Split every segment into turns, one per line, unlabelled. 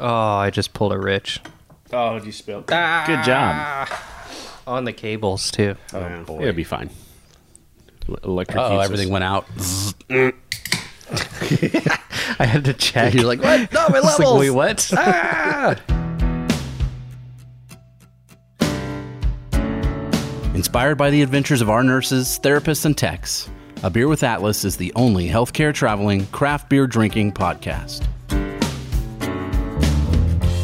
Oh, I just pulled a rich
Oh, you spilled.
Good
Ah.
job.
on the cables too.
Oh, boy.
It'll be fine. L- electrocutes
Oh,
us.
everything went out. Zzz.
I had to check.
You're like, what? No, my
It's
levels. Ah.
like, wait, what?
Inspired by the adventures of our nurses, therapists, and techs, A Beer with Atlas is the only healthcare traveling, craft beer drinking podcast.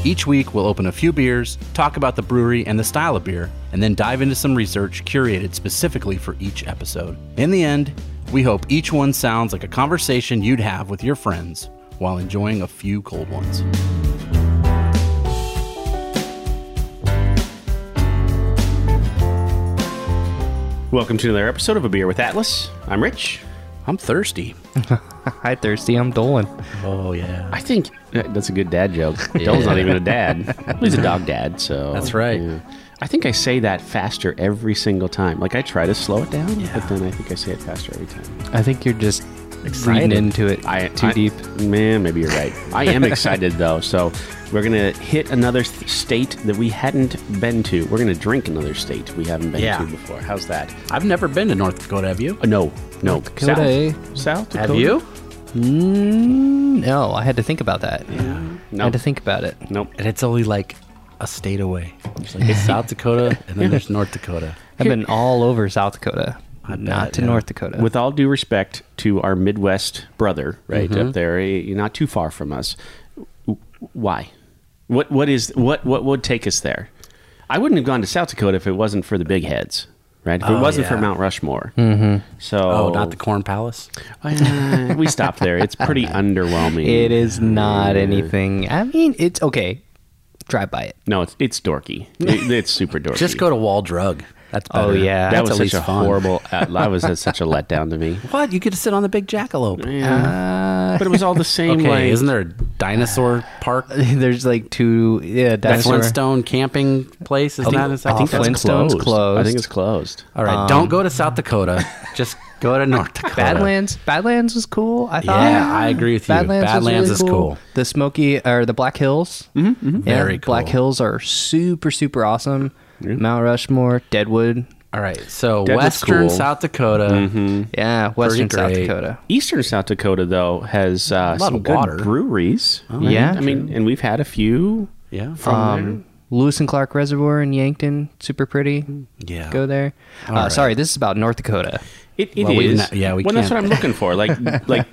Each week, we'll open a few beers, talk about the brewery and the style of beer, and then dive into some research curated specifically for each episode. In the end, we hope each one sounds like a conversation you'd have with your friends while enjoying a few cold ones.
Welcome to another episode of A Beer with Atlas. I'm Rich.
I'm thirsty.
Hi, thirsty. I'm Dolan.
Oh, yeah.
I think that's a good dad joke. Dolan's not even a dad. He's a dog dad, so
That's right.
I think I say that faster every single time. Like I try to slow it down, but then I think I say it faster every time.
I think you're just reading into it
I
too
I-
deep.
Man, maybe you're right. I am excited though, so we're gonna hit another th- state that we hadn't been to. We're gonna drink another state we haven't been
Yeah.
to before. How's that?
I've never been to North Dakota, have you?
Uh, no, no.
Dakota, eh?
South, South Dakota.
Have you?
Mm, no, I had to think about that. I
No.
had to think about it.
Nope.
And it's only like a state away. It's like it's South Dakota and then there's North Dakota.
I've been all over South Dakota, not
bet,
to
yeah.
North Dakota.
With all due respect to our Midwest brother, right
Mm-hmm.
up there, eh, not too far from us. w- Why? What? What is? What? What would take us there? I wouldn't have gone to South Dakota if it wasn't for the big heads, right? If it
Oh,
wasn't for
yeah.
Mount Rushmore. Mm-hmm. So,
Oh, not the Corn Palace?
Uh, we stopped there. It's pretty underwhelming.
it is not anything. I mean, it's okay. Drive by it.
No, it's it's dorky. It- it's super dorky.
Just go to Wall Drug. That's better.
Oh, yeah.
That
That's
was
at
such
least
a
fun.
horrible. Uh, that was such a letdown to me.
What? You get to sit on the big jackalope.
Uh,
But it was all the same.
Okay,
like,
isn't there a dinosaur park? The
there's like two. Yeah, Uh, dinosaur.
Flintstone camping place is not in South
I think
Dakota?
that's Flintstone's closed.
I think it's closed.
All right, don't go to South Dakota. Just go to North Dakota.
Badlands. Badlands was cool. I thought.
Yeah, I agree with you.
was
Badlands
really
is cool.
The Smoky or the Black Hills. Mm-hmm,
Very cool.
Black Hills are super super awesome. Mount Rushmore, Deadwood.
All right, so
That was cool.
Western South Dakota.
Mm-hmm. Yeah, Western
Pretty
South
great.
Dakota.
Eastern South Dakota though has uh,
lot
some
of
good
water.
breweries.
yeah,
I mean, and we've had a few.
Yeah.
um, Lewis and Clark Reservoir in Yankton, super pretty.
Yeah.
go there. Uh,
right.
Sorry, this is about North Dakota.
It, it is.
Well, we've not- yeah, we
Well, that's what
can't-
I'm looking for. Like, like,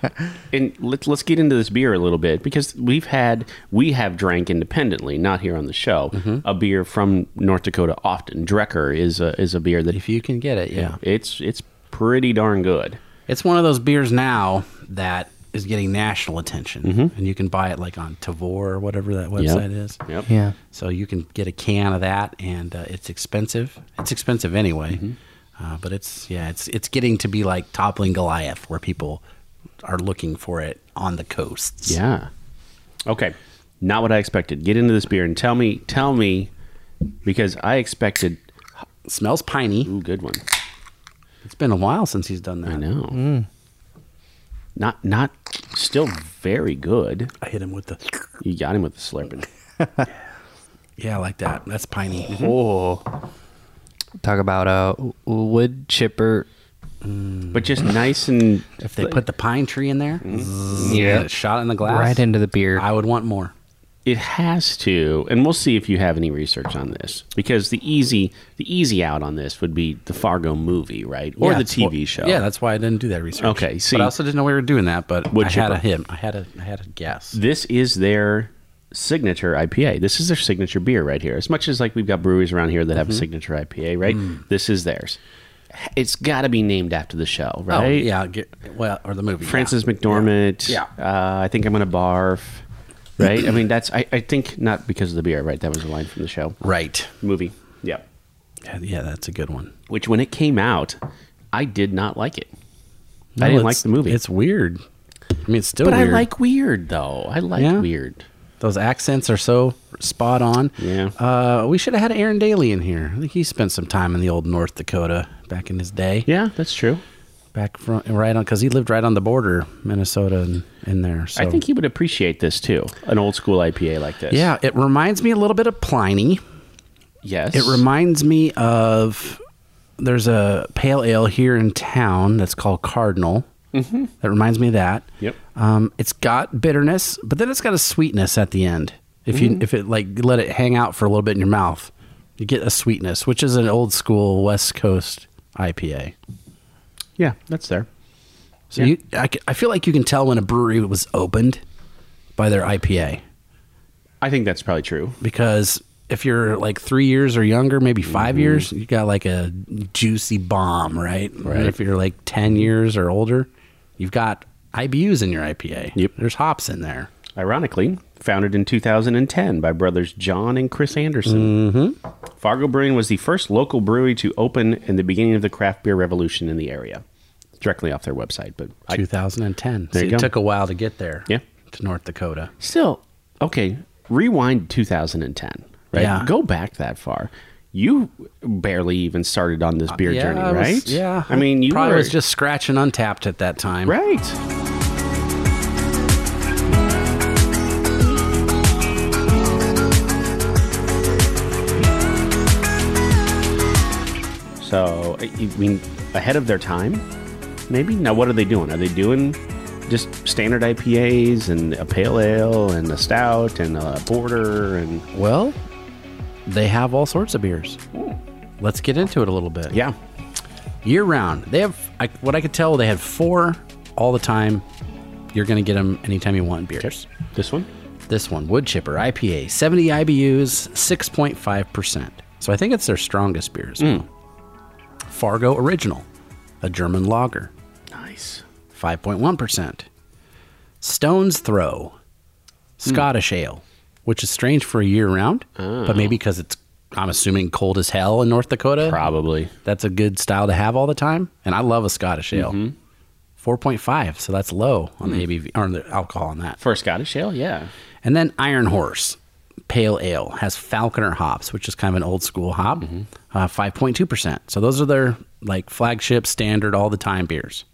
and let's let's get into this beer a little bit because we've had we have drank independently, not here on the show,
Mm-hmm.
a beer from North Dakota often. Drecker is a is a beer that
If you can get it, yeah.
it's it's pretty darn good.
It's one of those beers now that is getting national attention, and you can buy it like on Tavor or whatever that website is.
Mm-hmm. Yep.
Yeah,
So you can get a can of that, and uh, it's expensive. It's expensive anyway,
Mm-hmm.
uh, but it's yeah, it's it's getting to be like toppling Goliath, where people are looking for it on the coasts.
Yeah. Okay. Not what I expected. Get into this beer and tell me tell me because I expected
smells piney.
ooh good one.
It's been a while since he's done that.
I know.
Hmm.
Not not still very good.
I hit him with the
You got him with the slurping.
yeah, I like that. That's piney.
Oh.
talk about uh, w- wood chipper.
But just nice and
If they put the pine tree in there,
Mm.
zzz,
Yeah.
and it shot in the glass
Right into the beer.
I would want more.
it has to. And we'll see if you have any research on this because the easy the easy out on this would be the Fargo movie, right? Or
Yeah,
the
that's wh-
TV show.
Yeah, that's why I didn't do that research.
Okay, see.
but I also didn't know we were doing that. But
Wood
I had a
chipper.
hint. I had a I had a guess.
this is their signature IPA. This is their signature beer right here. As much as like we've got breweries around here that have a signature IPA, right? This is theirs. It's got to be named after the show, right?
Oh yeah, get, well or the movie. yeah.
Francis McDormand.
Yeah.
Uh, I think I'm gonna barf. Right. I mean, that's I, I think not because of the beer. Right. That was a line from the show
Right.
movie. Yeah.
Yeah, Yeah, that's a good one.
Which when it came out, I did not like it. I didn't like
it's-
the movie.
It's weird. I mean, it's still.
but I
weird.
like weird though. I like
Yeah?
weird.
those accents are so spot on.
Yeah.
Uh, we should have had Aaron Daly in here. I think he spent some time in the old North Dakota back in his day.
Yeah, that's true.
back from right on because he lived right on the border, Minnesota, and in there. So
I think he would appreciate this too. An old school IPA like this.
yeah, it reminds me a little bit of Pliny.
Yes.
It reminds me of there's a pale ale here in town that's called Cardinal. Mm-hmm. That reminds me of that.
Yep.
Um, it's got bitterness, but then it's got a sweetness at the end. If you if it like let it hang out for a little bit in your mouth, you get a sweetness, which is an old school West Coast IPA.
Yeah, that's there.
So you, I, c- I feel like you can tell when a brewery was opened by their IPA
I think that's probably true.
because if you're like three years or younger, maybe 5
Mm-hmm.
years, you got like a juicy bomb, right? Right. if you're like ten years or older, you've got IBUs in your IPA.
Yep.
There's hops in there.
Ironically, founded in 2010 by brothers John and Chris Anderson. Mm-hmm. Fargo Brewing was the first local brewery to open in the beginning of the craft beer revolution in the area. Directly off their website, but I,
2010.
There
so
you
it
go.
took a while to get there.
Yeah.
To North Dakota.
still okay. Rewind 2010, right?
Yeah.
Go back that far. You barely even started on this beer journey,
Uh, I was-
right?
yeah.
I mean, you
probably
were
was just scratching untapped at that time.
right. So, I I mean, ahead of their time, maybe. Now, what are they doing? Are they doing just standard IPAs and a pale ale and a stout and a porter and
Well, they have all sorts of beers. Let's get into it a little bit.
yeah,
Year round, they have I, what I could tell. They had four all the time. You're going to get them anytime you want beers.
this one?
This one, Wood Chipper IPA, 70 IBUs, 6.5 percent. So I think it's their strongest beer. as well. Fargo Original, a German lager.
Nice.
5.1%. Stone's Throw, Scottish ale, which is strange for a year round, but maybe because it's, I'm assuming, cold as hell in North Dakota.
Probably.
That's a good style to have all the time. And I love a Scottish ale. 4.5, so that's low on the ABV, or on the alcohol on that.
For a Scottish ale, yeah.
And then Iron Horse, pale ale, has Falconer hops, which is kind of an old school hop, uh, 5.2%. So those are their like flagship, standard, all the time beers.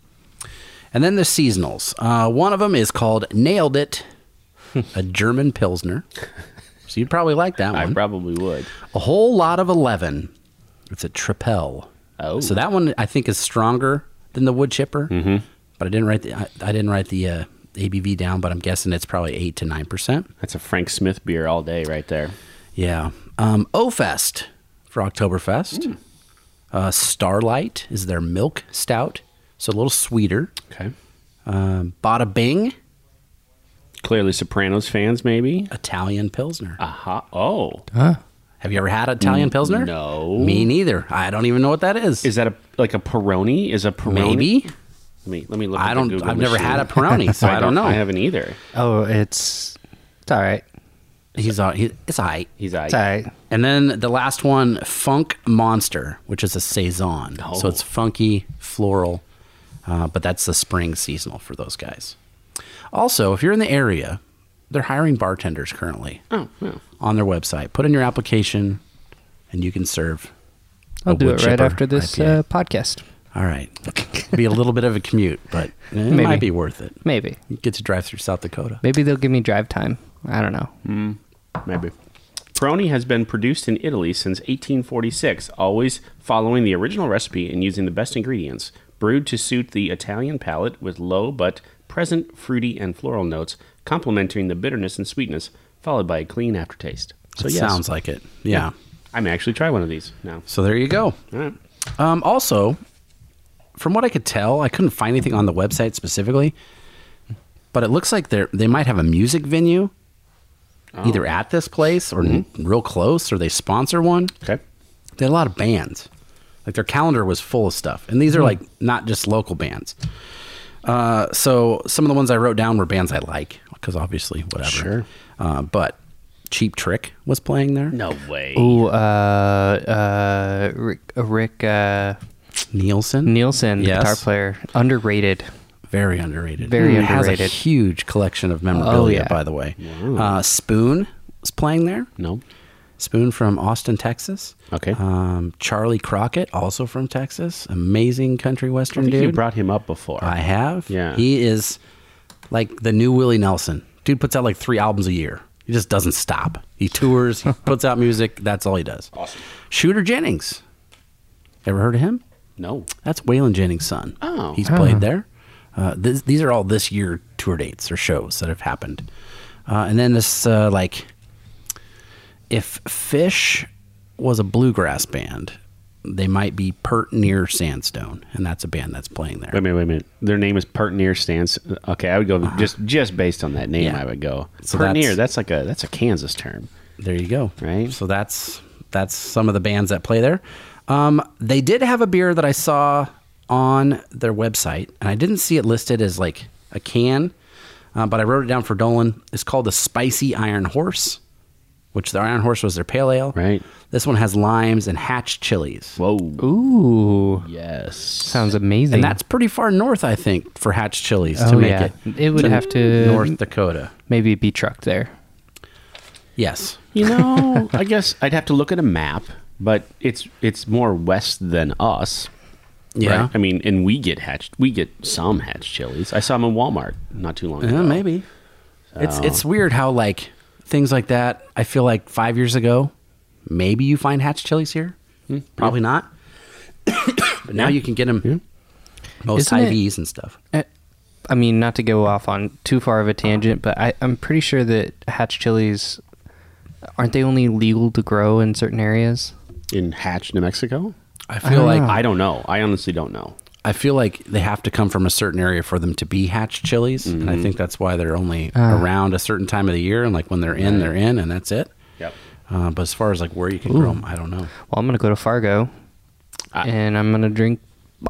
And then the seasonals. Uh, one of them is called Nailed It, a German Pilsner. So you'd probably like that
I
one.
probably would.
a whole lot of 11. It's a Tripel.
Oh.
So that one I think is stronger than the wood chipper. Mm-hmm. But I didn't write the I, I didn't write the uh, ABV down, but I'm guessing it's probably eight to nine percent.
That's a Frank Smith beer all day right there.
Yeah. Um, O-Fest for Oktoberfest.
Hmm.
Uh, Starlight is their milk stout. So a little sweeter.
Okay.
Um, Bada Bing,
Clearly Sopranos fans, maybe.
Italian Pilsner.
Aha. Oh.
Have you ever had Italian Pilsner?
no.
Me neither. I don't even know what that is.
Is that a like a Peroni? Is a Peroni?
Maybe.
Let me, let me look
I
at the
don't,
Google
I've never
machine.
had a Peroni, so I, don't know.
I haven't either.
Oh, it's it's all right.
He's all, he, it's all right.
He's I.
It's all right.
And then the last one, Funk Monster, which is a Saison.
Oh.
So it's funky, floral, uh, but that's the spring seasonal for those guys. Also, if you're in the area, they're hiring bartenders currently
Oh, well.
on their website. Put in your application and you can serve. a
I'll do
wood
it right
chipper
after this
IPA.
uh, podcast.
All right. Be a little bit of a commute, but it might
Maybe.
be worth it.
Maybe.
You get to drive through South Dakota.
Maybe they'll give me drive time. I don't know.
Maybe. Peroni has been produced in Italy since 1846, always following the original recipe and using the best ingredients, brewed to suit the Italian palate with low but present fruity and floral notes, complementing the bitterness and sweetness, followed by a clean aftertaste. So
It
yes,
sounds like it. Yeah.
I may actually try one of these now.
So there you go.
All right.
Um, also, from what I could tell, I couldn't find anything on the website specifically, but it looks like they they might have a music venue, either at this place or n- real close, or they sponsor one.
Okay.
They had a lot of bands. Like their calendar was full of stuff, and these are like not just local bands. Uh, so some of the ones I wrote down were bands I like because obviously whatever.
Sure.
Uh, but Cheap Trick was playing there.
No way.
Ooh, uh, uh, Rick, Rick uh,
Nielsen.
Nielsen, the
Yes.
guitar player, underrated.
Very underrated. Mm.
Very
It Has
underrated.
a huge collection of memorabilia,
yeah.
by the way. Uh, Spoon was playing there.
No.
Spoon from Austin, Texas.
Okay.
Um, Charlie Crockett, also from Texas. Amazing country western
I think
dude.
you brought him up before.
I have.
Yeah.
He is like the new Willie Nelson. Dude puts out like three albums a year. He just doesn't stop. He tours, he puts out music. That's all he does. Awesome. Shooter Jennings. Ever heard of him?
no.
That's Waylon Jennings' son.
Oh.
He's played there. Uh, this, these are all this year tour dates or shows that have happened. Uh, and then this, uh, like, if Fish was a bluegrass band, they might be Pert Near Sandstone. And that's a band that's playing there.
Wait a minute, wait a minute. Their name is Pertinier Stance. Okay, I would go just just based on that name.
Uh-huh. Yeah.
I would go
So
Pertinier.
that's-
That's, like a that's a Kansas term.
There you go.
Right.
So that's that's some of the bands that play there. Um, they did have a beer that I saw on their website, and I didn't see it listed as like a can, uh, but I wrote it down for Dolan. It's called the Spicy Iron Horse, which the Iron Horse was their pale ale.
Right.
This one has limes and hatch chilies.
Whoa.
Ooh,
Yes.
sounds amazing.
And that's pretty far north, I think, for hatch chilies to
Oh,
make
yeah.
it.
It would have to-
North Dakota.
maybe be trucked there.
Yes.
You know, I guess I'd have to look at a map, but it's it's more west than us.
Yeah.
I mean, and we get hatched. We get some hatched chilies. I saw them in Walmart not too long
Yeah,
ago.
maybe. It's it's weird how like things like that. I feel like five years ago, maybe you find hatch chilies here, probably not. but now you can get them most
Isn't it-
IVs and stuff.
Eh, I mean, not to go off on too far of a tangent, but I, I'm pretty sure that hatch chilies aren't they only legal to grow in certain areas?
in Hatch, New Mexico.
I feel like
I don't know. I honestly don't know.
I feel like they have to come from a certain area for them to be hatch chilies, and I think that's why they're only around a certain time of the year. And like when they're in, they're in, and that's it.
Yep.
Uh, but as far as like where you can grow 'em, grow them, I don't know.
Well, I'm gonna go to Fargo,
Ah.
and I'm gonna drink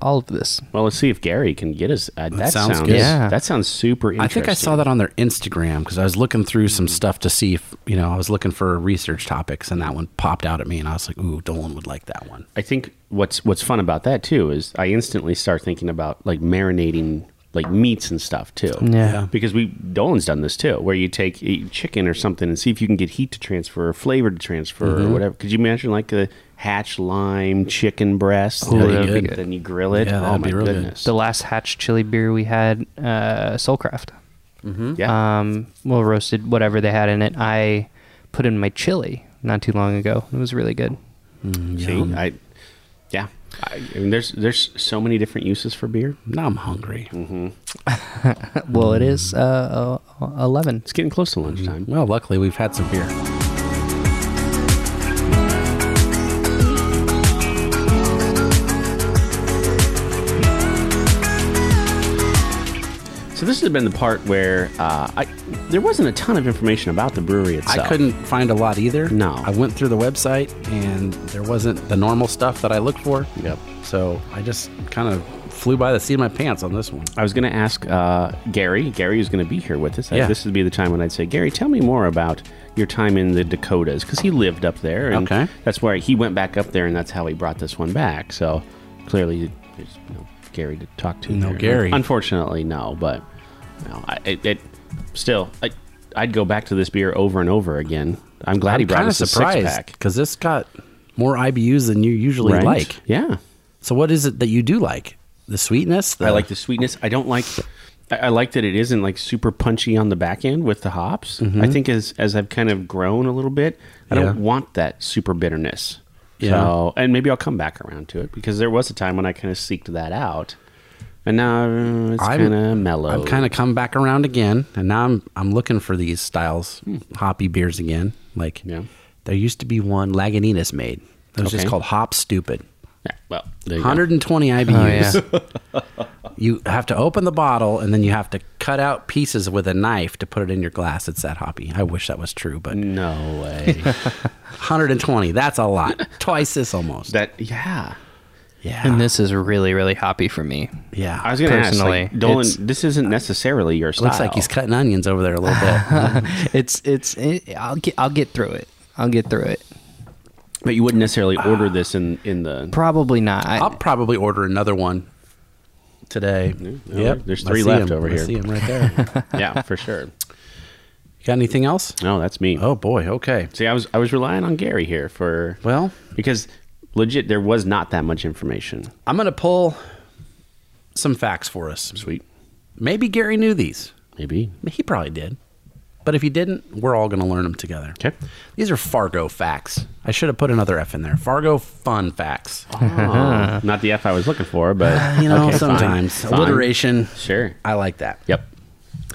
all of this.
Well, let's see if Gary can get us. Uh, that,
sounds
sounds,
good.
Yeah.
That sounds super
I
interesting. Hmm.
think I saw that on their Instagram because I was looking through some stuff to see if you know I was looking for research topics and that one popped out at me and I was like, "Ooh, Dolan would like that one."
I think what's what's fun about that too is I instantly start thinking about like marinating like meats and stuff too.
Yeah.
Because we Dolan's done this too, where you take a chicken or something and see if you can get heat to transfer or flavor to transfer or
Mm-hmm.
whatever. Could you imagine like a hatch lime chicken breast?
Ooh,
Then
Oh, that'd
you-
be good.
Then you grill it.
Yeah,
oh
that'd
my
be real good.
goodness.
The last hatch chili beer we had, uh, Soulcraft.
Ah,
Yeah.
Um, well, roasted whatever they had in it. I put in my chili not too long ago. It was really good.
see, I yeah. I, I mean, there's there's so many different uses for beer.
Now I'm hungry.
Hmm.
Well, it is uh, uh, eleven.
It's getting close to lunchtime.
Well, luckily we've had some beer.
So this has been the part where uh, I there wasn't a ton of information about the brewery itself.
I couldn't find a lot either.
No.
I went through the website and there wasn't the normal stuff that I look for.
Yep.
So I just kind of flew by the seat of my pants on this one.
I was going to ask uh, Gary. Gary is going to be here with us.
Yeah.
This would be the time when I'd say, Gary, tell me more about your time in the Dakotas because he lived up there, and
Okay.
that's why he went back up there, and that's how he brought this one back. So clearly, there's no Gary to talk to.
No
there.
Gary.
Unfortunately, no. But no, I, it, it still, I, I'd go back to this beer over and over again. I'm glad he
I'm
brought
kind of
us a six
surprised
pack.
because this got more IBUs than you usually like.
yeah.
So what is it that you do like? The sweetness. The,
I like the sweetness. I don't like. I I like that it isn't like super punchy on the back end with the hops. I think as as I've kind of grown a little bit, I
Mm-hmm. Yeah.
don't want that super bitterness.
Yeah.
So, and maybe I'll come back around to it because there was a time when I kind of seeked that out, and now uh, it's
I'm-
kind of mellow.
I've kind of come back around again, and now I'm I'm looking for these styles hoppy beers again. Like
Hmm. Yeah.
there used to be one Lagunitas made. It was just
Okay.
called Hop Stupid.
yeah, Oh, well, there you go.
120
Oh,
IBUs. you have to open the bottle and then you have to cut out pieces with a knife to put it in your glass. It's that hoppy. I wish that was true,
Mm.
but
No way.
120. That's a lot. Twice this almost.
that yeah.
yeah.
And this is really, really hoppy for me.
yeah.
I was gonna
Personally,
ask, like, Dolan,
it's-
this isn't necessarily your style.
Looks like he's cutting onions over there a little bit.
It's it's it, I'll get I'll get through it. I'll get through it.
but you wouldn't necessarily
Ah.
order this in in the
Probably not. I,
I'll probably order another one today.
there's three
I see
left
'em.
over
I
here.
see 'em right there.
yeah for sure.
Got anything else?
No, that's me.
Oh boy. Okay.
See, I was I was relying on Gary here for
Well,
because legit there was not that much information.
I'm gonna pull some facts for us.
Sweet,
Maybe Gary knew these.
maybe.
He probably did. But if he didn't, we're all going to learn them together.
Okay.
These are Fargo facts. I should have put another F in there. Fargo fun facts.
Oh, not the F I was looking for, but
You know,
okay, fine,
sometimes
fine.
alliteration.
Sure.
I like that.
Yep.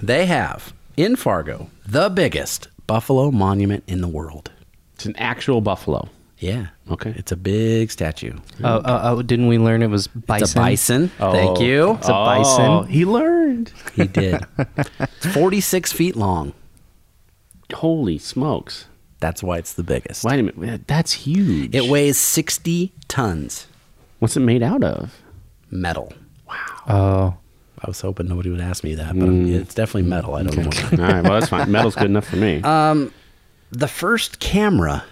They have in Fargo the biggest buffalo monument in the world.
It's an actual buffalo.
Yeah.
Okay.
It's a big statue.
Oh, oh, oh, didn't we learn it was bison?
It's a bison. Thank
Oh.
you.
It's a bison.
Oh, he learned.
He did. it's 46 feet long.
Holy smokes!
That's why it's the biggest.
Wait a minute. That's huge.
It weighs 60 tons
What's it made out of?
metal.
Oh,
I was hoping nobody would ask me that, but
Mm.
it's definitely metal. I don't know.
All right. Well, that's fine. Metal's good enough for me.
Uh, The first camera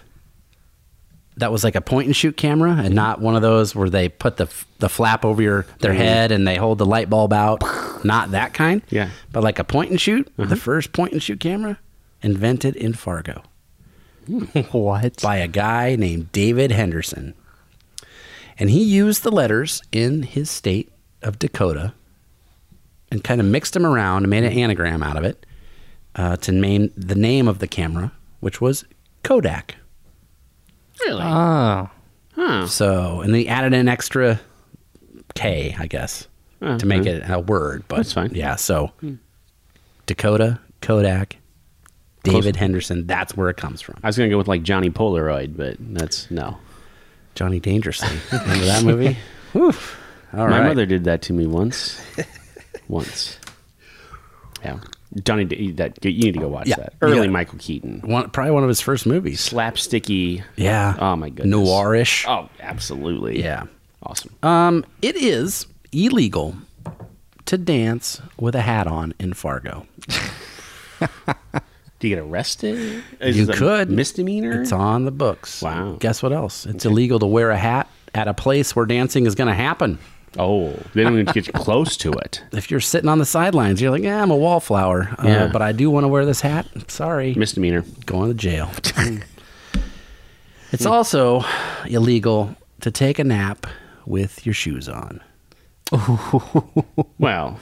that was like a point and shoot camera, and not one of those where they put the f- the flap over your their head and they hold the light bulb out. Not that kind.
Yeah.
But like a point and shoot, the first point and shoot camera invented in Fargo
what?
by a guy named David Henderson. And he used the letters in his state of Dakota and kind of mixed them around and made an anagram out of it uh, to name the name of the camera, which was Kodak.
really?
Oh,
huh.
So, and they added an extra K, I guess,
Oh,
to make it a word. But
That's fine. Hmm.
Yeah. So, Dakota, Kodak, David Henderson, that's where it comes from.
I was gonna go with like Johnny Polaroid, but that's no.
Johnny Dangerously. Remember that movie? Whew. All
My
right.
mother did that to me once. once. Yeah. Johnny, D- that you need to go watch
Yeah.
that. Early
Yeah.
Michael Keaton,
one, probably one of his first movies.
slapsticky.
Yeah.
Oh my goodness.
Noirish.
Oh, absolutely.
Yeah.
Awesome.
Um, it is illegal to dance with a hat on in Fargo.
Do you get arrested? Is
You
this a
could.
misdemeanor.
It's on the books.
Hmm. Wow.
Guess what else? It's illegal to wear a hat at a place where dancing is going to happen.
oh, they don't even get you close to it.
If you're sitting on the sidelines, you're like, yeah, I'm a wallflower, uh,
Yeah.
but I do want to wear this hat. Sorry.
Misdemeanor.
going to jail. it's also illegal to take a nap with your shoes on.
Well,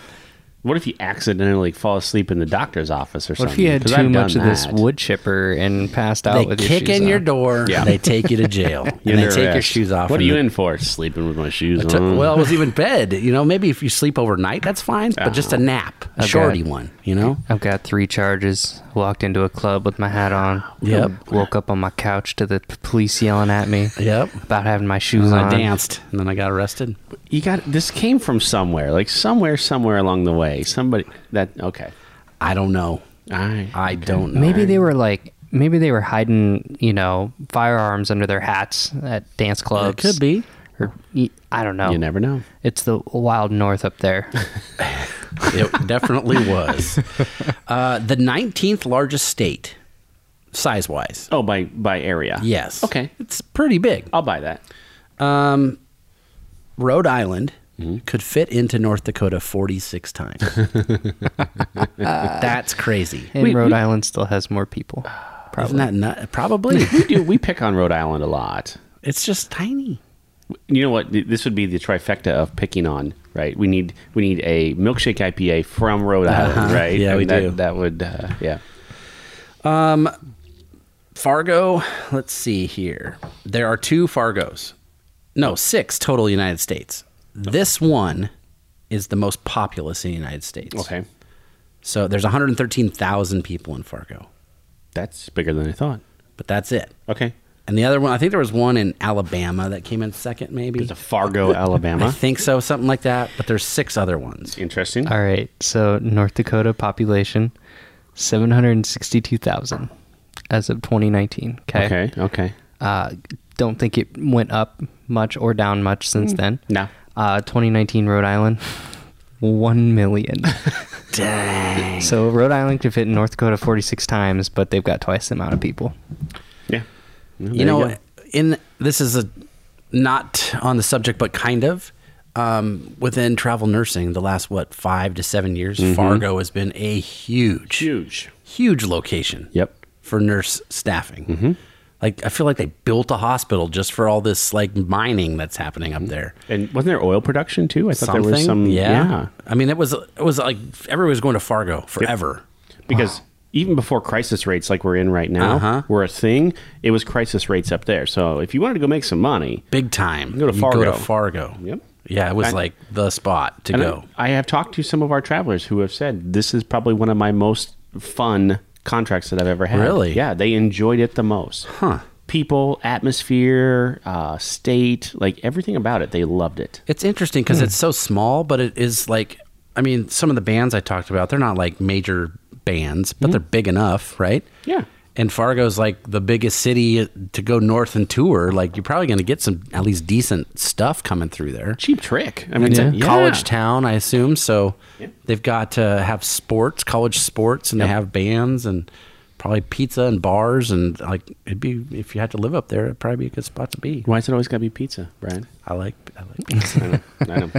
what if you accidentally fall asleep in the doctor's office or
what
something?
if you had
'Cause
too
I've done
much of this
that.
wood chipper and passed out
They
Oh, with
kick
your shoes
in your
on?
door.
Yeah.
They take you to jail. and
You're
they
under
take your
arrest.
shoes off.
What are
and
you
they-
in for? Sleeping with my shoes
took-
on.
well, it was even bed. You know, maybe if you sleep overnight, that's fine. But just a nap, a
Okay.
shorty one. You know.
I've got three charges. Walked into a club with my hat on.
Yep.
Woke up on my couch to the p- police yelling at me.
Yep. Oh,
About having my shoes
I
on.
danced and then I got arrested.
you got this came from somewhere, like somewhere, somewhere along the way. Somebody that okay.
I don't know.
All right.
I don't know.
Maybe they were like, maybe they were hiding, you know, firearms under their hats at dance clubs.
could be.
Or y- I don't know.
You never know.
It's the wild north up there.
It definitely was. Uh, the 19th largest state, size wise.
Oh, by by area.
Yes.
Okay.
It's pretty big.
I'll buy that.
Um, Rhode Island could fit into North Dakota 46 times. That's crazy.
And Rhode Island still has more people.
Isn't
Probably.
that nut? Probably.
We do. We pick on Rhode Island a lot.
it's just tiny.
You know what? Th- This would be the trifecta of picking on. Right. We need we need a milkshake IPA from Rhode Island. Right.
Uh-huh. Yeah,
And
we
that,
do.
That would. Uh, yeah.
Fargo, let's see here. There are two Fargos. No, six total United States. This one is the most populous in the United States.
Okay.
So there's 113,000 people in Fargo,
That's bigger than I thought.
but that's it.
Okay.
And the other one, I think there was one in Alabama that came in second, maybe.
It's a Fargo,
I
Alabama.
think so, something like that. But there's six other ones.
Interesting.
All right. So North Dakota population 762,000 as of 2019. Okay.
Okay. Okay.
Uh, don't think it went up much or down much since then.
No.
Uh, 2019 Rhode Island, 1 million. Dang. So Rhode Island could fit in North Dakota 46 times, but they've got twice the amount of people.
Yeah. Well, there
you know,
go.
in this is a not on the subject, but kind of um, within travel nursing. The last what five to seven years, Fargo has been a huge,
Mm-hmm. huge.
huge location
Yep. Mm-hmm.
for nurse staffing. Like I feel like they built a hospital just for all this like mining that's happening
Mm-hmm.
up there.
And wasn't there oil production too? I thought
Something,
there was some.
yeah. I mean, it was it was like everybody was going to Fargo forever.
Because even before crisis rates like we're in right now
Uh-huh.
were a thing, it was crisis rates up there. So if you wanted to go make some money,
big time.
Go to
You
Fargo.
Fargo.
Yep.
Yeah, it was
I-
like the spot to
and
go.
I, I have talked to some of our travelers who have said this is probably one of my most fun contracts that I've ever had.
Really?
Yeah, they enjoyed it the most.
Huh.
People, atmosphere, uh, state, like everything about it, they loved it.
It's interesting because
Hmm.
it's so small, but it is like, I mean, some of the bands I talked about, they're not like major bands, but they're big enough, right?
Hmm. Yeah.
And Fargo's like the biggest city to go north and tour. Like, you're probably going to get some at least decent stuff coming through there.
Cheap trick. I mean,
It's
yeah.
a college
town.
town, I assume. So
Yep.
they've got to have sports, college sports, and they have bands and probably pizza and bars. And like, it'd be, if you had to live up there, it'd probably be a good spot to be.
Why is it always got to be pizza, Brian?
I like, I like
I know. I know.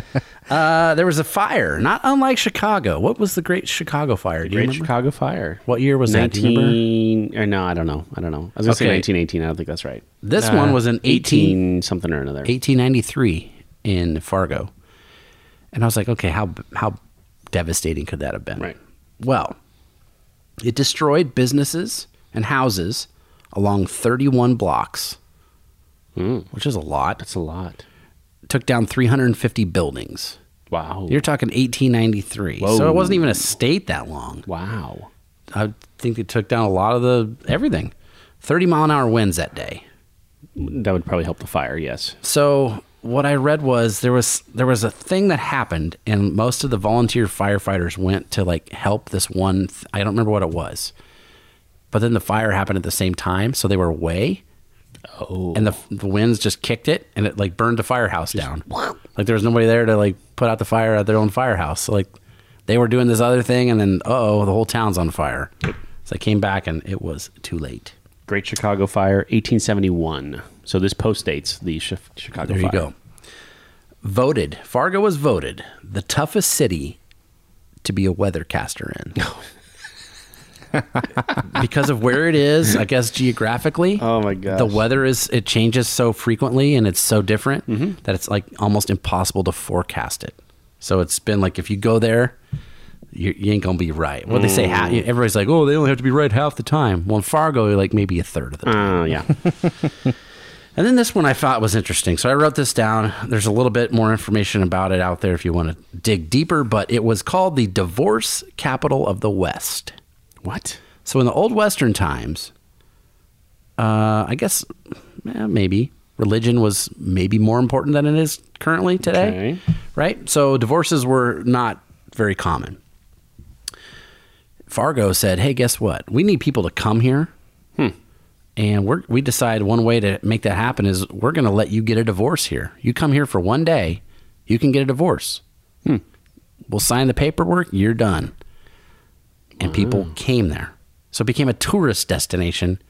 Uh, there was a fire, not unlike Chicago. What was the Great Chicago Fire? Do you
Great
remember?
Chicago Fire.
What year was that? Do you remember?
19 or no, I don't know. I don't know. I was going to say
Okay.
1918. I don't think that's right.
This one was
uh,
in 18,
18 something or another.
1893 in Fargo, and I was like, okay, how how devastating could that have been?
Right.
Well, it destroyed businesses and houses along 31 blocks,
Hmm.
which is a lot.
That's a lot.
took down 350 buildings.
Wow.
You're talking 1893, so
Whoa.
it wasn't even a state that long.
wow.
I think they took down a lot of the everything. 30 mile an hour winds that day.
That would probably help the fire, yes.
So what I read was there was there was a thing that happened and most of the volunteer firefighters went to like help this one th- I don't remember what it was. But then the fire happened at the same time, so they were away
Oh.
and the, the winds just kicked it and it like burned the firehouse down. Like there was nobody there to like put out the fire at their own firehouse. So like they were doing this other thing and then oh, the whole town's on fire. So I came back and it was too late.
Great Chicago Fire, 1871. So this postdates the Chi- Chicago
There
Fire.
you go. Voted. Fargo was voted the toughest city to be a weathercaster in. because of where it is, I guess geographically.
Oh my gosh.
The weather is it changes so frequently and it's so different
Mm-hmm.
that it's like almost impossible to forecast it. So it's been like if you go there, you, you ain't gonna be right. What they say, ha-
Mm.
everybody's like, oh, they only have to be right half the time. Well, in Fargo, like maybe a third of the time.
Oh, yeah.
And then this one I thought was interesting. So I wrote this down. There's a little bit more information about it out there if you want to dig deeper, but it was called the divorce capital of the West.
what?
So in the old Western times, uh, I guess eh, maybe religion was maybe more important than it is currently today,
Okay.
right? So divorces were not very common. Fargo said, "Hey, guess what? We need people to come here." Hmm. And we're, we decide one way to make that happen is we're going to let you get a divorce here. You come here for one day, you can get a divorce.
Hmm.
We'll sign the paperwork, you're done. And people came there. So it became a tourist destination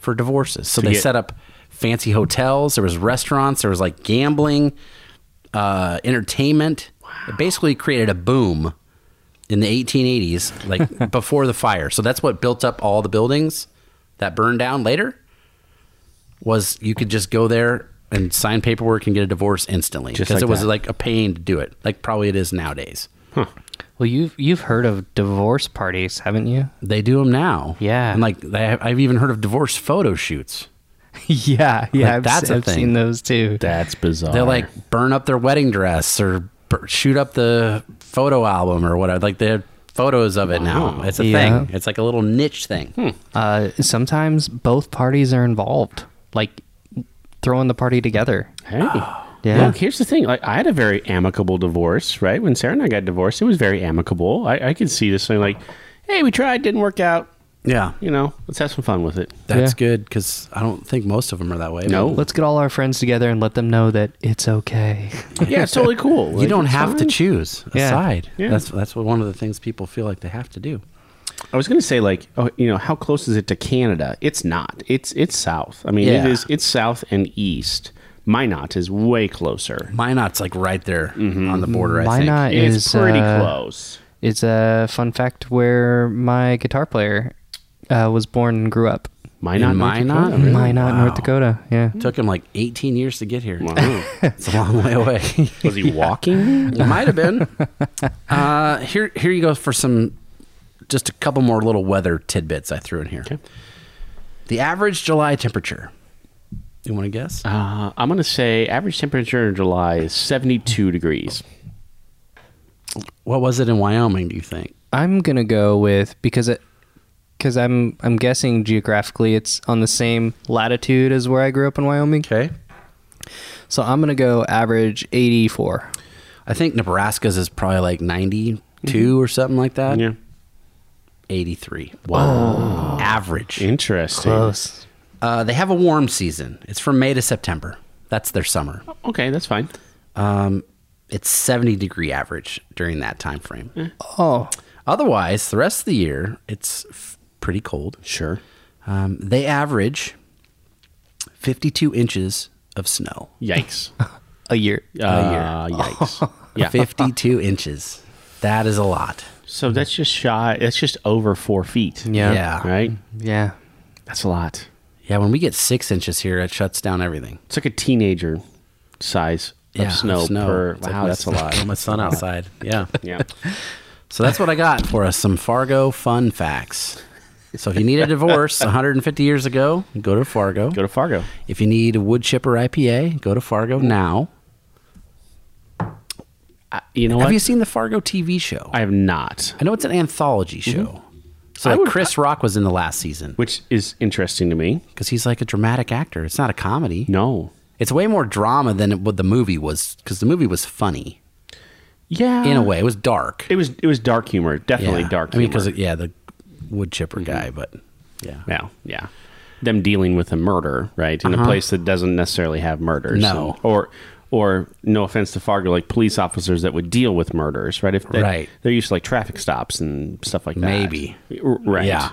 for divorces. So they
get-
set up fancy hotels, there was restaurants, there was like gambling, uh, entertainment. It basically created a boom in the 1880s, like before the fire. So that's what built up all the buildings that burned down later. Was you could just go there and sign paperwork and get a divorce instantly
Just
because
like
it was
that.
like a pain to do it, like probably it is nowadays.
Well, you've you've heard of divorce parties, haven't you?
They do them now,
Yeah.
and like they, I've even heard of divorce photo shoots.
yeah, yeah.
Like, that's a
I've
thing.
seen those too.
That's bizarre.
They'll like burn up their wedding dress or bur- shoot up the photo album or whatever. Like they have photos of it now. It's a
Yeah.
thing. It's like a little niche thing.
Hmm.
Uh, sometimes both parties are involved, like throwing the party together.
Hey.
"Oh."
Yeah.
Look, here's the thing. Like, I had a very amicable divorce, right? When Sarah and I got divorced, it was very amicable. I, I could see this thing like, hey, we tried, didn't work out.
Yeah,
You know, let's have some fun with it.
that's
Yeah.
good because I don't think most of them are that way.
No.
Let's get all our friends together and let them know that it's okay.
yeah, it's totally cool.
You don't have to
choose.
choose a
Yeah.
side.
Yeah.
That's that's what one of the things people feel like they have to do.
I was going to say like, oh, you know, how close is it to Canada? It's not. It's it's south. I mean,
Yeah.
it is. It's south and east. Minot is way closer.
Minot's like right there on the border. I think.
Minot
It's
is
pretty
uh,
close.
It's a fun fact where my guitar player uh, was born and grew up.
Minot, North
In Minot?
Dakota.
Oh, Really?
Minot,
Wow.
North Dakota. Yeah.
Took him like 18 years to get here.
Wow.
It's a long way away.
Oh, Was he walking?
it might have been. Uh, here, here you go for some, just a couple more little weather tidbits I threw in here.
Okay.
The average July temperature. You want to guess?
Uh, I'm going to say average temperature in July is 72 degrees.
What was it in Wyoming? Do you think?
I'm gonna go with because it because I'm I'm guessing geographically it's on the same latitude as where I grew up in Wyoming.
Okay.
So I'm gonna go average 84.
I think Nebraska's is probably like 92 or something like that.
Mm-hmm. Yeah. Oh.
83. Wow. Average.
Interesting.
Uh, they have a warm season. It's from May to September. That's their summer.
Okay, that's fine.
Um, it's 70 degree average during that time frame.
Oh,
Otherwise, the rest of the year, it's f- pretty cold.
Sure.
Um, they average 52 inches of snow.
Yikes.
a year.
Uh, yikes. Yeah.
52 inches. That is a lot.
So that's just shy. That's just over four feet.
Yeah.
Yeah.
Right?
Yeah.
That's a lot.
Yeah, when we get six inches here, it shuts down everything.
It's like a teenager size of snow, per.
It's like
Wow,
my-
that's a lot.
My son outside. Yeah.
yeah.
So that's what I got for us some Fargo fun facts. So if you need a divorce 150 years ago, go to Fargo.
Go to Fargo.
If you need a wood chipper IPA, go to Fargo now.
You know
Have
what?
Uh, you seen the Fargo TV show?
I have not,
I know it's an anthology show. So
I
like
would-
Chris Rock was in the last season
which is interesting to me.
because he's like a dramatic actor. It's not a comedy.
No.
It's way more drama than it- what the movie was because the movie was funny
Yeah.
in a way. It was dark.
It was it was dark humor. Definitely
Yeah.
dark
I mean,
humor. Mm-hmm.
because yeah, the wood chipper guy, but yeah.
Yeah, yeah. Them dealing with a murder, right, in a place that doesn't necessarily have murders.
Uh-huh. No.
And- or or no offense to Fargo, like police officers that would deal with murders, right? If they,
Right.
they're used to like traffic stops and stuff like that.
Maybe.
R- right?
Yeah.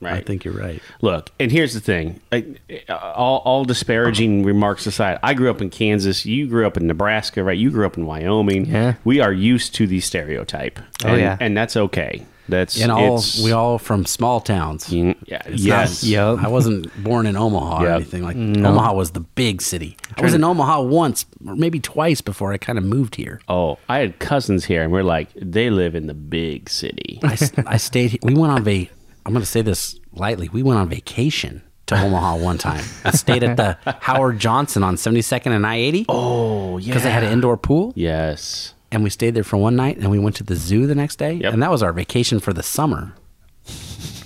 right.
I think you're right.
Look, and here's the thing: I, all, all disparaging remarks aside, I grew up in Kansas. You grew up in Nebraska, right? You grew up in Wyoming.
Yeah.
We are used to the stereotype.
Oh,
and,
yeah.
and that's okay. That's
And all
it's-
we all from small towns.
Yeah, yes.
Yep.
I wasn't born in Omaha or
Yep.
anything like. Omaha was the big city. I was in Omaha once, or maybe twice before I kind of moved here.
Oh, I had cousins here, and we're like, they live in the big city.
I, s- I stayed. he- We went on va. I'm going to say this lightly. We went on vacation to Omaha one time. I stayed at the Howard Johnson on 72nd and I-80. Oh yeah, because they had an indoor pool,
Yes.
and we stayed there for one night, and we went to the zoo the next day,
Yep.
and that was our vacation for the summer.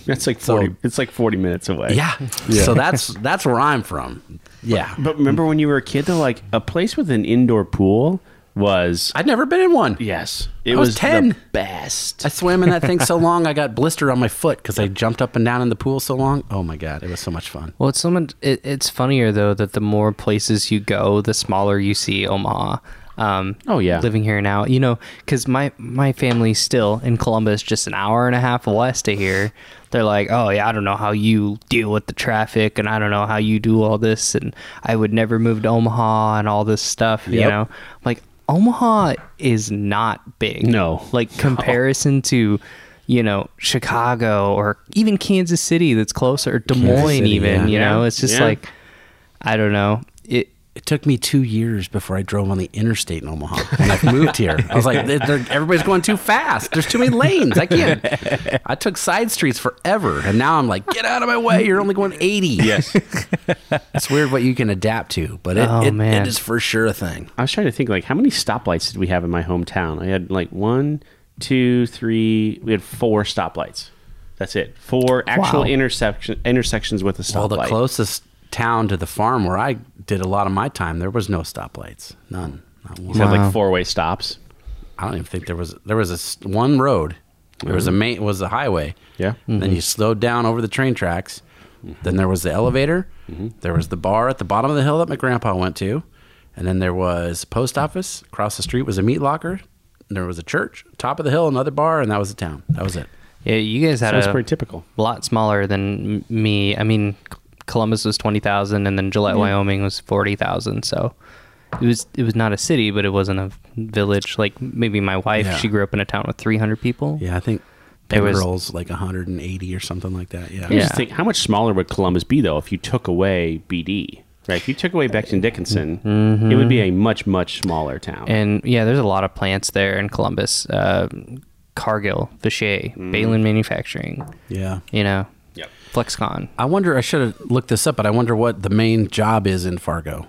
That's like forty. it's like forty minutes away.
Yeah. So that's that's where I'm from. Yeah.
But remember when you were a kid, though, like a place with an indoor pool was.
I'd never been in one.
yes, it
was
was,
10.
the best.
I swam in that thing so long I got blister on my foot because I jumped up and down in the pool so long. Oh my god, it was so much fun.
Well, it's so much. It, it's funnier though that the more places you go, the smaller you see Omaha. Um,
Oh, yeah.
living here now, you know, because my my family's still in Columbus, just an hour and a half west of here. They're like, oh yeah, I don't know how you deal with the traffic, and I don't know how you do all this, and I would never move to Omaha and all this stuff. You
Yep.
know, I'm like Omaha is not big.
No.
like comparison to. You know, Chicago or even Kansas City that's closer, or Des
Kansas
Moines,
City,
even,
yeah.
you know,
Yeah,
it's just
yeah.
like I don't know. It
It took me two years before I drove on the interstate in Omaha when I moved here. I was like, "They're- they're- everybody's going too fast. There's too many lanes. I can't. I took side streets forever, and now I'm like, get out of my way. You're only going 80.
yes,
It's weird what you can adapt to, but it,
Oh,
it,
man.
it is for sure a thing.
I was trying to think like how many stoplights did we have in my hometown? I had like one, two, three. We had four stoplights. That's it. Four actual
Wow.
intersection intersections with a stoplight.
Well, the closest town to the farm where I did a lot of my time, there was no stoplights. None. Not one.
We had
Wow.
like four way stops.
I don't even think there was there was a s- one road. There was a main was a highway.
Yeah.
Then you slowed down over the train tracks. Then there was the elevator. There was the bar at the bottom of the hill that my grandpa went to, and then there was post office. Across the street was a meat locker. And there was a church. Top of the hill, another bar, and that was the town. That was it.
yeah, you guys had
That was
a
pretty typical.
lot smaller than m- me. I mean, C- Columbus was twenty thousand, and then Gillette, Wyoming was forty thousand. So it was it was not a city, but it wasn't a village. Like maybe my wife,
Yeah.
she grew up in a town with 300 people.
Yeah, I think
There was-
Pemberell's like 180 or something like that. Yeah.
I just
Yeah.
think how much smaller would Columbus be though if you took away BD? Right, if you took away Bexton Dickinson, it would be a much much smaller
Uh,
town.
mm-hmm. And yeah, there's a lot of plants there in Columbus. Uh, Cargill, Vishay,
Mm.
Balin Manufacturing,
Yeah.
you know,
Yep.
Flexcon.
I wonder. I should have looked this up, but I wonder what the main job is in Fargo.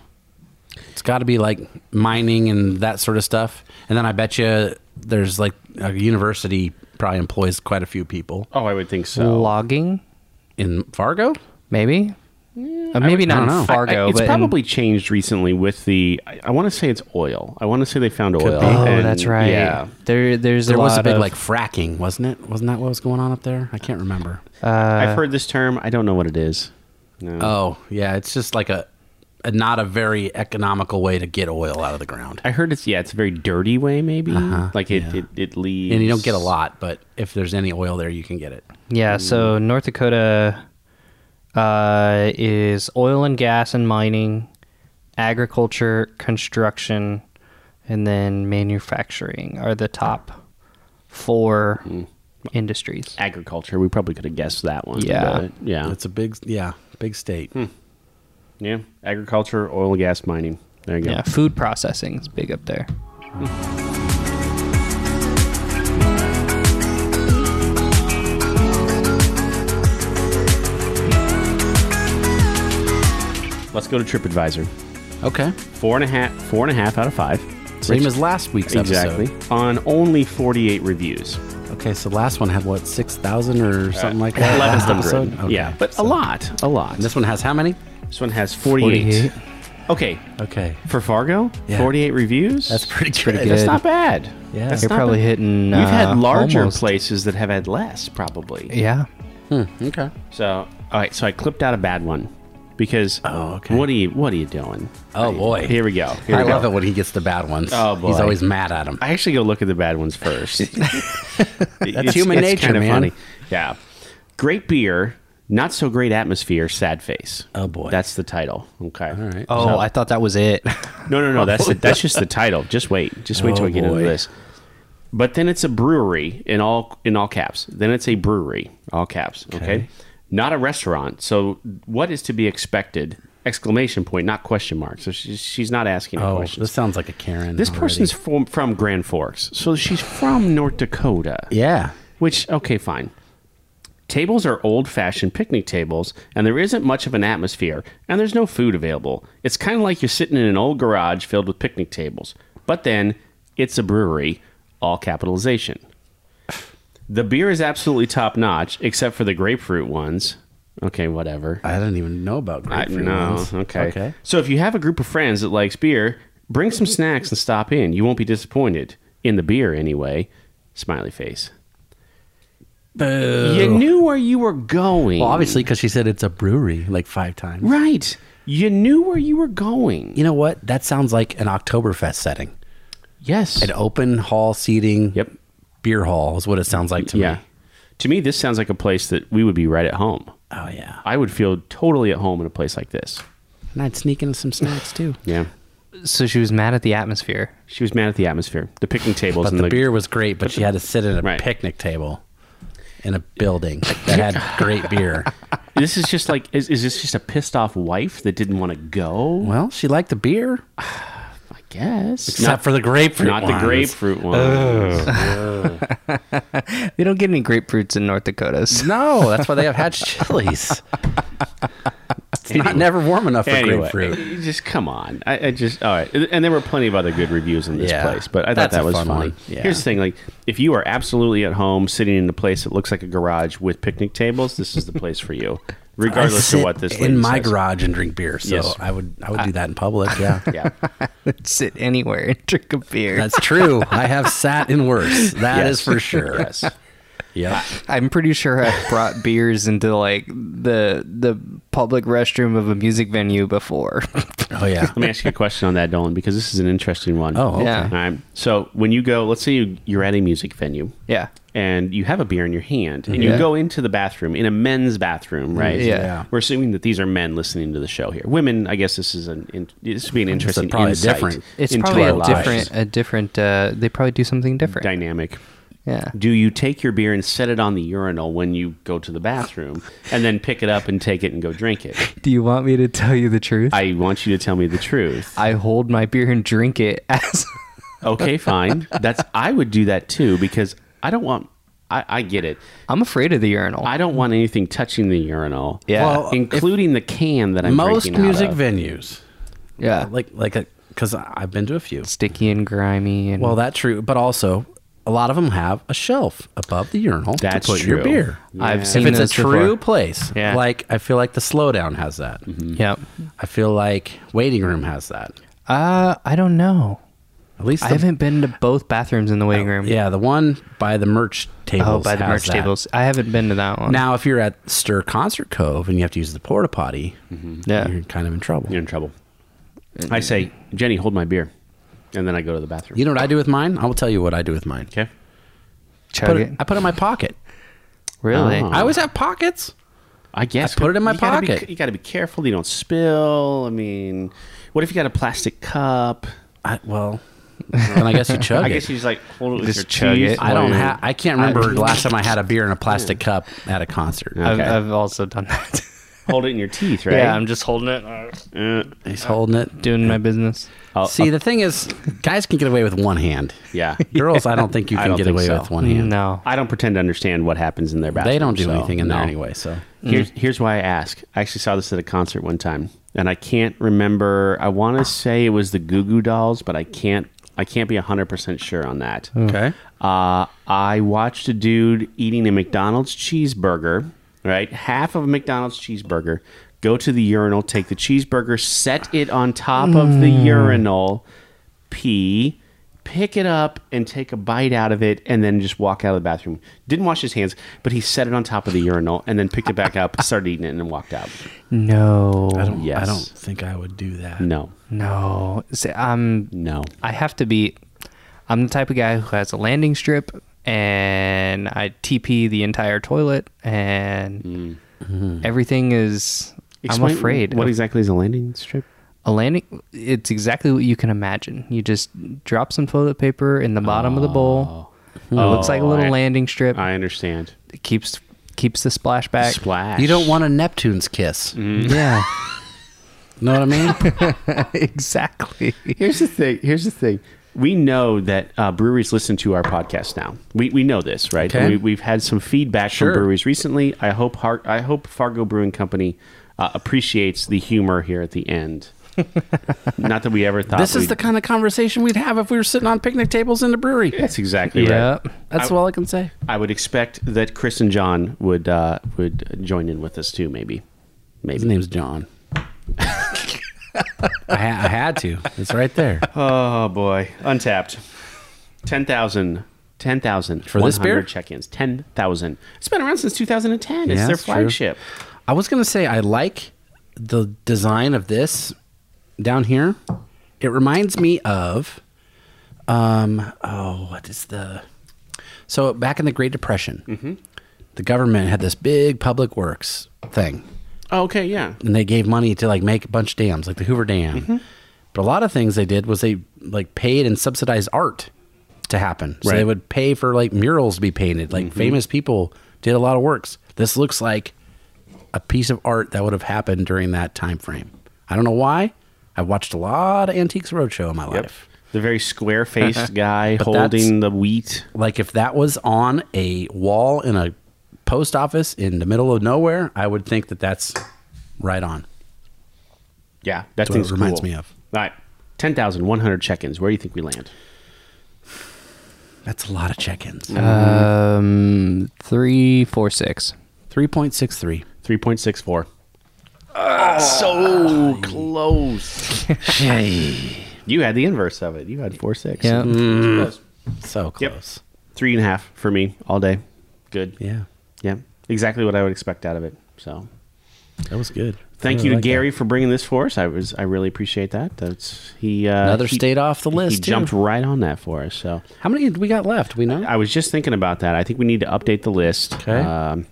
It's got to be like mining and that sort of stuff. And then I bet you there's like a university probably employs quite a few people
oh, I would think so.
Logging,
in Fargo.
maybe? Uh, maybe
I don't
not
know.
in Fargo,
I- it's
but in-
probably changed recently with the. I, I want to say it's oil. I want to say they found oil.
be.
Oh,
and-
that's right.
Yeah,
There, there's
There
a
was
lot
a big
of,
like fracking, wasn't it? Wasn't that what was going on up there? I can't remember.
I've heard this term. I don't know what it is. No.
oh yeah, it's just like a, a not a very economical way to get oil out of the ground,
I heard it's yeah, it's a very dirty way maybe. Like it,
Uh-huh. yeah.
it it leaves
and you don't get a lot. But if there's any oil there, you can get it.
Yeah, so North Dakota uh, is oil and gas and mining, agriculture, construction, and then manufacturing are the top four
Mm.
industries.
agriculture. We probably could have guessed that one.
Yeah. Hmm.
but yeah,
It's a big yeah, big state.
yeah. Agriculture, oil, gas, mining. There you go.
Yeah, food processing is big up there.
Let's go to TripAdvisor.
Okay,
Four and a half, four and a half out of five.
same
Rich-
as last week's
exactly
episode.
on only forty-eight reviews.
Okay, so last one had what six thousand or something like that.
Uh, Eleven
last
hundred.
Okay,
Yeah, but
so-
a lot, a lot.
And this
This,
one has how many?
one has
48.
forty-eight. Okay,
Okay,
for Fargo,
Yeah.
forty-eight reviews.
that's pretty good.
good.
That's not bad.
Yeah.
That's
You're
not
probably
bad.
hitting.
We've
uh,
had larger
almost-
places that have had less, probably.
Yeah,
Okay.
So, all right. So I clipped out a bad one because.
Oh, okay.
What are you? What are you doing?
Oh boy,
Here we go. Here
I
we go.
love it when he gets the bad ones.
Oh,
he's
boy.
always mad at him.
I actually go look at the bad ones first. That's
human nature,
kind of
man.
Funny. Yeah. Great beer, not so great atmosphere. Sad face.
Oh, boy.
That's the title. Okay.
All right.
Oh, I thought that was it.
No, no, no. That's the, that's just the title. Just wait. Just wait
Oh,
till we get into
boy.
this. But then it's a brewery in all in all caps. Then it's a brewery, all caps. Okay.
Okay.
Not a restaurant. So what is to be expected? Exclamation point, not question mark. So she's, she's not asking a
Oh,
question.
this sounds like a Karen.
This
already.
person's from, from Grand Forks, so she's from North Dakota.
yeah.
Which, okay, fine. Tables are old fashioned picnic tables, and there isn't much of an atmosphere, and there's no food available. It's kind of like you're sitting in an old garage filled with picnic tables. But then, it's a brewery, all capitalization. The beer is absolutely top notch, except for the grapefruit ones. Okay, whatever.
I didn't even know about
I
grapefruit
no.
ones.
Okay. So if you have a group of friends that likes beer, bring some snacks and stop in. You won't be disappointed in the beer anyway. Smiley face.
Boo.
You knew where you were going.
Well, obviously, because she said it's a brewery like five times.
Right. You knew where you were going.
You know what? That sounds like an Oktoberfest setting.
Yes.
An open hall seating.
Yep.
Beer hall is what it sounds like to
yeah.
me.
To me, this sounds like a place that we would be right at home.
Oh yeah.
I would feel totally at home in a place like this.
And I'd sneak in some snacks too.
Yeah.
so she was mad at the atmosphere.
She was mad at the atmosphere, the picnic tables,
But
and
the beer was great, but she had to sit at a
Right.
picnic table in a building that had great beer.
This is just like, is, is this just a pissed off wife that didn't want to go?
Well, she liked the beer,
I guess.
except for the grapefruit.
not
ones.
the grapefruit one.
We don't get any grapefruits in North Dakota. so-
No, that's why they have hatch chilies. It's not never warm enough for
Anyway,
grapefruit.
just come on. I, I just all right. And there were plenty of other good reviews in this
Yeah.
place, but I thought
That's a
that was
fun
fun.
one. Yeah.
Here's the thing: like, if you are absolutely at home, sitting in a place that looks like a garage with picnic tables, this is the place for you, regardless of
sit
what this lady
in my
says.
garage and drink beer. So
Yes.
I would I would do that in public. Yeah,
Yeah,
sit anywhere and drink a beer.
that's true. I have sat in worse. That is
Yes.
for sure.
yes.
Yeah.
I'm pretty sure I've brought beers into like the the public restroom of a music venue before.
Oh yeah.
Let me ask you a question on that, Dolan, because this is an interesting one.
Oh, okay.
Yeah.
All right. So when you go, let's say you, you're at a music venue.
yeah.
And you have a beer in your hand, and you
Yeah. Mm-hmm.
go into the bathroom in a men's bathroom, right?
Yeah.
Yeah.
we're assuming that these are men listening to the show here. Women, I guess this is an in, this would be an interesting,
probably
insight
different.
It's
into
probably
our
a
lives.
different a different uh they probably do something different.
dynamic.
yeah.
Do you take your beer and set it on the urinal when you go to the bathroom, and then pick it up and take it and go drink it?
Do you want me to tell you the truth?
I want you to tell me the truth.
I hold my beer and drink it as
Okay, fine. That's I would do that too because I don't want. I, I get it.
I'm afraid of the urinal.
I don't want anything touching the urinal.
Yeah.
Well,
including the can that I'm
Most
drinking out
music
of.
venues,
yeah.
Uh, like like a because I've been to a few.
Sticky and grimy and
Well, that's true, but also a lot of them have a shelf above the urinal
That's
to put your
true.
beer.
I've
If
seen
it's a
those before.
true place,
Yeah. Mm-hmm.
like I feel like the slowdown has that.
Yep.
I feel like waiting room has that.
Uh I don't know.
At least
I
the-
haven't been to both bathrooms in the waiting room.
Yeah, the one by the merch tables.
Oh, by the
has
merch
that.
tables. I haven't been to that one.
Now, if you're at Stir Concert Cove and you have to use the porta potty,
Mm-hmm. yeah.
you're kind of in trouble.
You're in trouble. I say, Jenny, hold my beer, and then I go to the bathroom.
Mm. You know what I do with mine? I will tell you what I do with mine.
Okay.
Chug
Put
it.
it, I put it in my pocket.
Really?
Oh.
I always have pockets.
I guess
I put it in my
you gotta be-
pocket.
you got to be careful. You don't spill. I mean, what if you got a plastic cup?
I, well, then I guess you chug
I
it.
guess you just like hold it with
Just
your
chug
teeth.
it.
I
while
don't
you-
have. I can't remember the last time I had a beer in a plastic cup at a concert.
I've,
Okay.
I've also done that.
hold it in your teeth, right?
Yeah, I'm just holding it, uh,
Uh,
He's holding it.
doing my business.
I'll-
See, the thing is, guys can get away with one hand.
Oh, uh, yeah.
Girls, I don't think you
I
can
don't
get
think
away
so.
with one hand.
No.
I don't pretend to understand what happens in their bathroom.
They don't do
so,
anything in there
no.
anyway. So
Here's here's why I ask. I actually saw this at a concert one time, and I can't remember. I want to say it was the Goo Goo Dolls, but I can't. I can't be hundred percent sure on that.
okay,
Uh, I watched a dude eating a McDonald's cheeseburger, right? Half of a McDonald's cheeseburger, go to the urinal, take the cheeseburger, set it on top of the urinal, pee, pick it up, and take a bite out of it, and then just walk out of the bathroom. Didn't wash his hands, but he set it on top of the urinal and then picked it back up, started eating it, and then walked out.
No.
I don't. I
Yes.
don't think I would do that.
No,
No. See, I'm.
no.
I have to be. I'm the type of guy who has a landing strip, and I TP the entire toilet, and Mm-hmm. everything is.
Explain
I'm afraid.
What
of
exactly is a landing strip?
a landing. It's exactly what you can imagine. You just drop some toilet paper in the bottom of the bowl. It looks like a
Oh,
little
I-
landing strip.
I understand.
it keeps keeps the splash back.
Splash.
You don't want a Neptune's kiss.
Mm.
Yeah.
Know what I mean?
exactly.
Here's the thing. Here's the thing. We know that uh, breweries listen to our podcast now. We, we know this, right?
Okay.
We, we've had some feedback
Sure.
from breweries recently. I hope Har- I hope Fargo Brewing Company uh, appreciates the humor here at the end. Not that we ever thought
this is
we'd-
the kind of conversation we'd have if we were sitting on picnic tables in the brewery.
That's exactly
Yep.
right.
That's all I can say.
I would expect that Chris and John would uh, would join in with us too. Maybe,
His
maybe.
name's John. I, ha- I had to. It's right there.
Oh boy, untapped. 10,000. 10,000
For this
100
beer?
check-ins. 10,000. It's been around since 2010.
Yeah,
it's their
that's true.
flagship.
I was gonna say I like the design of this down here. It reminds me of, um, oh, what is the? So back in the Great Depression,
Mm-hmm.
the government had this big public works thing,
Oh, okay, yeah.
and they gave money to like make a bunch of dams, like the Hoover Dam. But a lot of things they did was they like paid and subsidized art to happen. So they
Right.
would pay for like murals to be painted. Like famous people did a lot of works. This looks like a piece of art that would have happened during that time frame. I don't know why. I watched a lot of Antiques Roadshow in my life.
The very square faced guy
But
holding the wheat.
Like if that was on a wall in a post office in the middle of nowhere, I would think that that's right on.
Yeah, that
That's what it
thing's
reminds
cool.
me of.
All right, 10,100 check ins. Where do you think we land?
That's a lot of check-ins.
Um, three, four, six.
3.63.
3.64.
Ah,
so close. You had the inverse of it. You had Mm-hmm. 4 6.
Yeah.
Close.
Mm. So close.
Three and a half for me all day. Good.
Yeah,
Yeah. Exactly what I would expect out of it. So
that was good.
thank
I
you to
Mm, like that.
Gary for bringing this for us. I was I really appreciate that. That's he uh,
Another
he-
state off the
He
list. too.
jumped right on that for us. So
How many we got left? We know.
I was just thinking about that. I think we need to update the list.
Okay.
Um,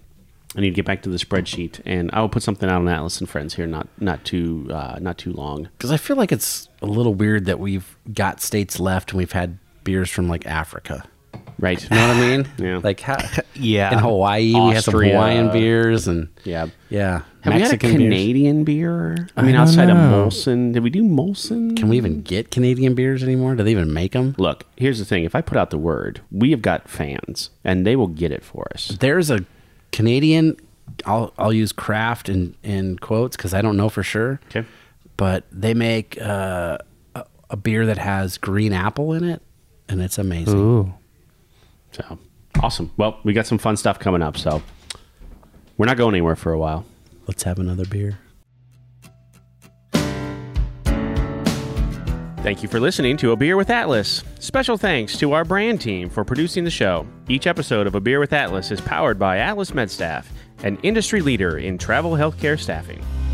I need to get back to the spreadsheet, and I will put something out on Atlas and Friends here. Not not too uh, not too long.
because I feel like it's a little weird that we've got states left and we've had beers from like Africa.
Right.
You know what I mean?
Yeah.
Like how,
Yeah.
in Hawaii, we had some
Austria.
Hawaiian beers and
Yeah.
yeah,
Have we had a
beers.
Canadian beer? I mean,
don't
outside
know.
of Molson, did we do Molson?
Can we even get Canadian beers anymore? Do they even make them?
Look, here's the thing. If I put out the word, we have got fans, and they will get it for us.
There's a Canadian. I'll I'll use craft in in quotes because I don't know for sure.
Okay.
But they make uh, a, a beer that has green apple in it, and it's amazing.
Ooh.
So awesome. Well, we got some fun stuff coming up. So we're not going anywhere for a while.
Let's have another beer.
Thank you for listening to A Beer with Atlas. Special thanks to our brand team for producing the show. Each episode of A Beer with Atlas is powered by Atlas MedStaff, an industry leader in travel healthcare staffing.